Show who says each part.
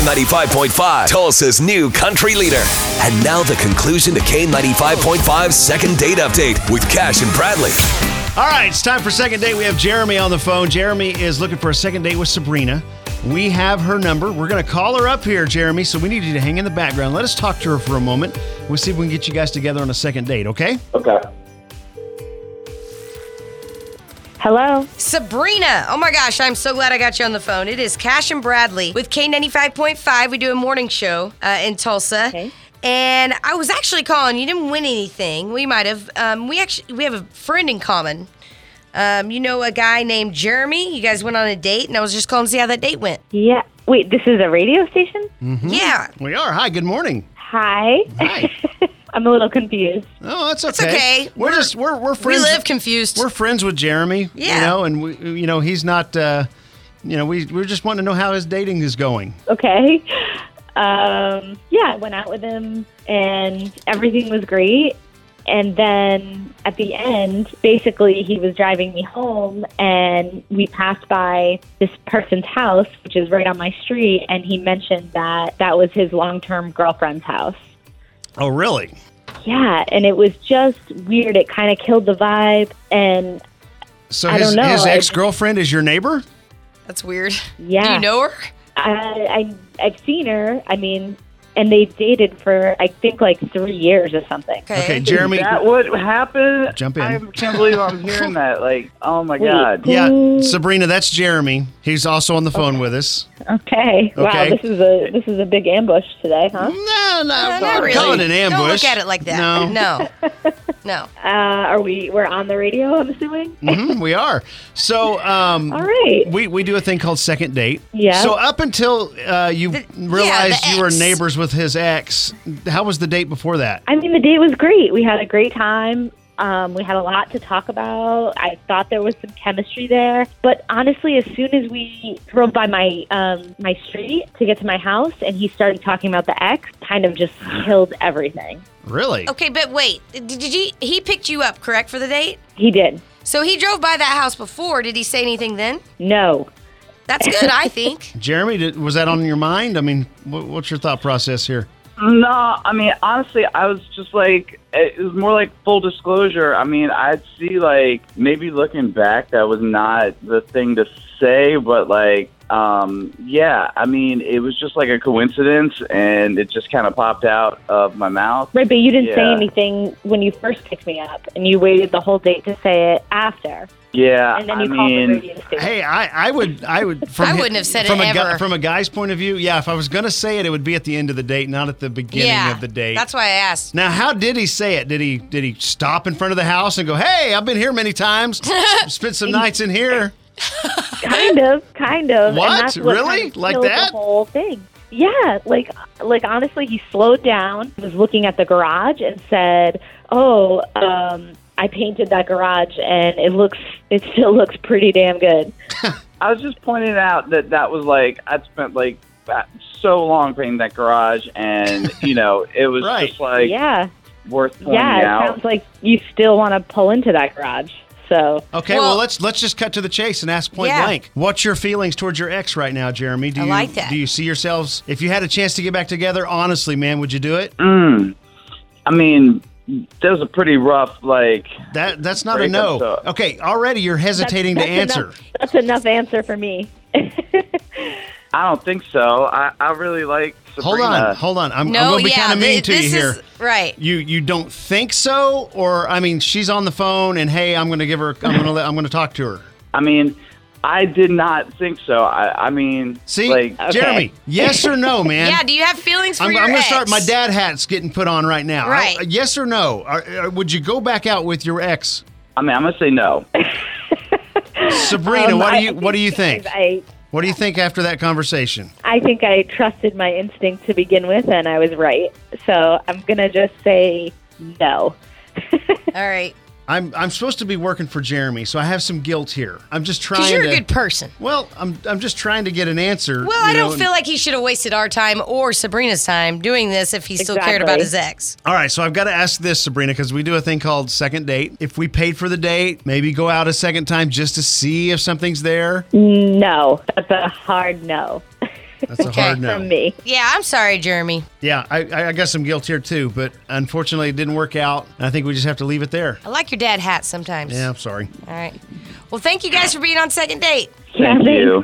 Speaker 1: K95.5, Tulsa's new country leader. And now the conclusion to K95.5's second date update with Cash and Bradley.
Speaker 2: All right, it's time for second date. We have Jeremy on the phone. Jeremy is looking for a second date with Sabrina. We have her number. We're going to call her up here, Jeremy. So we need you to hang in the background. Let us talk to her for a moment. We'll see if we can get you guys together on a second date, okay?
Speaker 3: Okay.
Speaker 4: Hello.
Speaker 5: Sabrina. Oh my gosh, I'm so glad I got you on the phone. It is Cash and Bradley with K95.5. We do a morning show uh, in Tulsa.
Speaker 4: Okay.
Speaker 5: And I was actually calling. You didn't win anything. We might have. Um, we actually we have a friend in common. Um, you know a guy named Jeremy. You guys went on a date, and I was just calling to see how that date went.
Speaker 4: Yeah. Wait, this is a radio station?
Speaker 2: Mm-hmm.
Speaker 5: Yeah,
Speaker 2: We are. Hi, good morning.
Speaker 4: Hi.
Speaker 2: Hi.
Speaker 4: I'm a little confused.
Speaker 2: Oh, that's okay.
Speaker 5: It's okay.
Speaker 2: We're, just we're we're friends.
Speaker 5: we live confused.
Speaker 2: we're friends with Jeremy. You
Speaker 5: Yeah.
Speaker 2: know, and we you know, he's not uh you know, we we're just wanting to know how his dating is going.
Speaker 4: Okay. Um, yeah, I went out with him and everything was great. And then at the end, basically, he was driving me home and we passed by this person's house, which is right on my street. And he mentioned that that was his long term girlfriend's house.
Speaker 2: Oh, really?
Speaker 4: Yeah. And it was just weird. It kind of killed the vibe. And
Speaker 2: So
Speaker 4: I
Speaker 2: his
Speaker 4: don't know.
Speaker 2: his
Speaker 4: I-
Speaker 2: ex-girlfriend is your neighbor?
Speaker 5: that's weird.
Speaker 4: yeah.
Speaker 5: Do you know her?
Speaker 4: I, I I've seen her. I mean, and they dated for I think like three years or something.
Speaker 2: Okay, Jeremy.
Speaker 3: Is that what happened?
Speaker 2: Jump in.
Speaker 3: I can't believe I'm hearing that. Like, oh my god.
Speaker 2: Yeah,
Speaker 5: Mm.
Speaker 2: Sabrina, that's Jeremy. He's also on the phone with us.
Speaker 4: Okay. Wow,
Speaker 2: Okay.
Speaker 4: this is a this is a big ambush today, huh?
Speaker 2: No, no,
Speaker 5: Uh,
Speaker 2: I'm
Speaker 5: not really.
Speaker 2: calling it an ambush.
Speaker 5: Don't look at it like that.
Speaker 2: No,
Speaker 5: no, no.
Speaker 4: Uh, are we we're on the radio? I'm assuming.
Speaker 2: Mhm, we are. So, um,
Speaker 4: All right.
Speaker 2: we we do a thing called second date.
Speaker 4: Yeah.
Speaker 2: So up until uh, you
Speaker 5: yeah,
Speaker 2: realized
Speaker 5: the
Speaker 2: you were
Speaker 5: ex.
Speaker 2: neighbors with his ex, how was the date before that?
Speaker 4: I mean, the date was great. We had a great time. Um, we had a lot to talk about. I thought there was some chemistry there, but honestly, as soon as we drove by my um, my street to get to my house, and he started talking about the ex, kind of just killed everything.
Speaker 2: Really?
Speaker 5: Okay, but wait. Did, did you? He picked you up, correct, for the date?
Speaker 4: He did.
Speaker 5: So he drove by that house before. Did he say anything then?
Speaker 4: No.
Speaker 5: That's good, I think.
Speaker 2: Jeremy, did, was that on your mind? I mean, what, what's your thought process here?
Speaker 3: No, I mean honestly, I was just like it was more like full disclosure. I mean, I'd see like maybe looking back, that was not the thing to say, but like, um, yeah, I mean, it was just like a coincidence, and it just kind of popped out of my mouth.
Speaker 4: Right, but you didn't say
Speaker 3: Yeah.
Speaker 4: anything when you first picked me up, and you waited the whole date to say it after,
Speaker 3: Yeah,
Speaker 4: and then
Speaker 3: I
Speaker 4: you called
Speaker 3: mean,
Speaker 4: the radio station.
Speaker 2: Hey, I, I would, I would. From
Speaker 5: I
Speaker 2: hi-
Speaker 5: wouldn't have said it
Speaker 2: from a gu-
Speaker 5: ever.
Speaker 2: from a guy's point of view, yeah. If I was gonna say it, it would be at the end of the date, not at the beginning
Speaker 5: yeah,
Speaker 2: of the date.
Speaker 5: That's why I asked.
Speaker 2: Now, how did he say it? Did he did he stop in front of the house and go, "Hey, I've been here many times. s- Spent some nights in here."
Speaker 4: kind of, kind of.
Speaker 2: What?
Speaker 4: And that's what
Speaker 2: Really?
Speaker 4: kind of
Speaker 2: Like
Speaker 4: killed
Speaker 2: that?
Speaker 4: The whole thing. Yeah, like, like honestly, he slowed down, was looking at the garage, and said, "Oh, um, I painted that garage, and it looks, it still looks pretty damn good."
Speaker 3: I was just pointing out that that was like I'd spent like that- so long painting that garage, and you know, it was
Speaker 2: Right.
Speaker 3: just like
Speaker 4: yeah,
Speaker 3: worth pointing
Speaker 4: yeah. It
Speaker 3: out.
Speaker 4: sounds like you still want to pull into that garage. So
Speaker 2: Okay, well,
Speaker 5: Well-
Speaker 2: let's let's just cut to the chase and ask point
Speaker 5: Yeah.
Speaker 2: blank. What's your feelings towards your ex right now, Jeremy? Do
Speaker 5: I
Speaker 2: you
Speaker 5: like that.
Speaker 2: do you see yourselves if you had a chance to get back together? Honestly, man, would you do it?
Speaker 3: Mm. I mean, that was a pretty rough, like,
Speaker 2: That that's not a
Speaker 3: Break
Speaker 2: no.
Speaker 3: up, though.
Speaker 2: Okay, already you're hesitating to
Speaker 4: that's
Speaker 2: answer.
Speaker 4: enough- that's enough answer for me.
Speaker 3: I don't think so. I, I really like
Speaker 2: Hold
Speaker 3: Sabrina.
Speaker 2: on, hold on. I'm, I'm
Speaker 5: No,
Speaker 2: going to be
Speaker 5: yeah,
Speaker 2: kind of
Speaker 5: th-
Speaker 2: mean to you
Speaker 5: this
Speaker 2: here.
Speaker 5: is- right.
Speaker 2: You you don't think so, or I mean, she's on the phone, and hey, I'm going to give her. I'm going to I'm going to talk to her.
Speaker 3: I mean, I did not think so. I, I mean,
Speaker 2: See,
Speaker 3: like,
Speaker 2: Jeremy, yes or no, man?
Speaker 5: Yeah, do you have feelings for
Speaker 2: I'm,
Speaker 5: your
Speaker 2: I'm gonna
Speaker 5: ex?
Speaker 2: start. My dad hat's getting put on right now. I-
Speaker 5: Right.
Speaker 2: yes or no? Are, are- would you go back out with your ex,
Speaker 3: I mean, I'm gonna say no.
Speaker 2: Sabrina?
Speaker 4: Um,
Speaker 2: what do
Speaker 4: I-
Speaker 2: you
Speaker 4: I
Speaker 2: What do you think?
Speaker 4: I
Speaker 2: What do you think after that conversation?
Speaker 4: I think I trusted my instinct to begin with, and I was right. So I'm gonna just say no.
Speaker 5: All right.
Speaker 2: I'm I'm supposed to be working for Jeremy, so I have some guilt here. I'm just trying
Speaker 5: Because you're
Speaker 2: to.
Speaker 5: a good person.
Speaker 2: well, I'm I'm just trying to get an answer.
Speaker 5: Well,
Speaker 2: you
Speaker 5: I
Speaker 2: know,
Speaker 5: don't
Speaker 2: and-
Speaker 5: feel like he should have wasted our time or Sabrina's time doing this if he still cared about
Speaker 4: Exactly.
Speaker 5: his ex.
Speaker 2: All right, so I've got to ask this, Sabrina, because we do a thing called second date. If we paid for the date, maybe go out a second time just to see if something's there.
Speaker 4: No, that's a hard no.
Speaker 2: That's a hard no.
Speaker 4: from me.
Speaker 5: Yeah, I'm sorry, Jeremy.
Speaker 2: Yeah, I, I got some guilt here too, but unfortunately it didn't work out. I think we just have to leave it there.
Speaker 5: I like your dad hat sometimes.
Speaker 2: Yeah, I'm sorry.
Speaker 5: All right. Well, thank you guys for being on second date.
Speaker 4: Yeah,
Speaker 3: Thank
Speaker 4: thanks.
Speaker 3: you.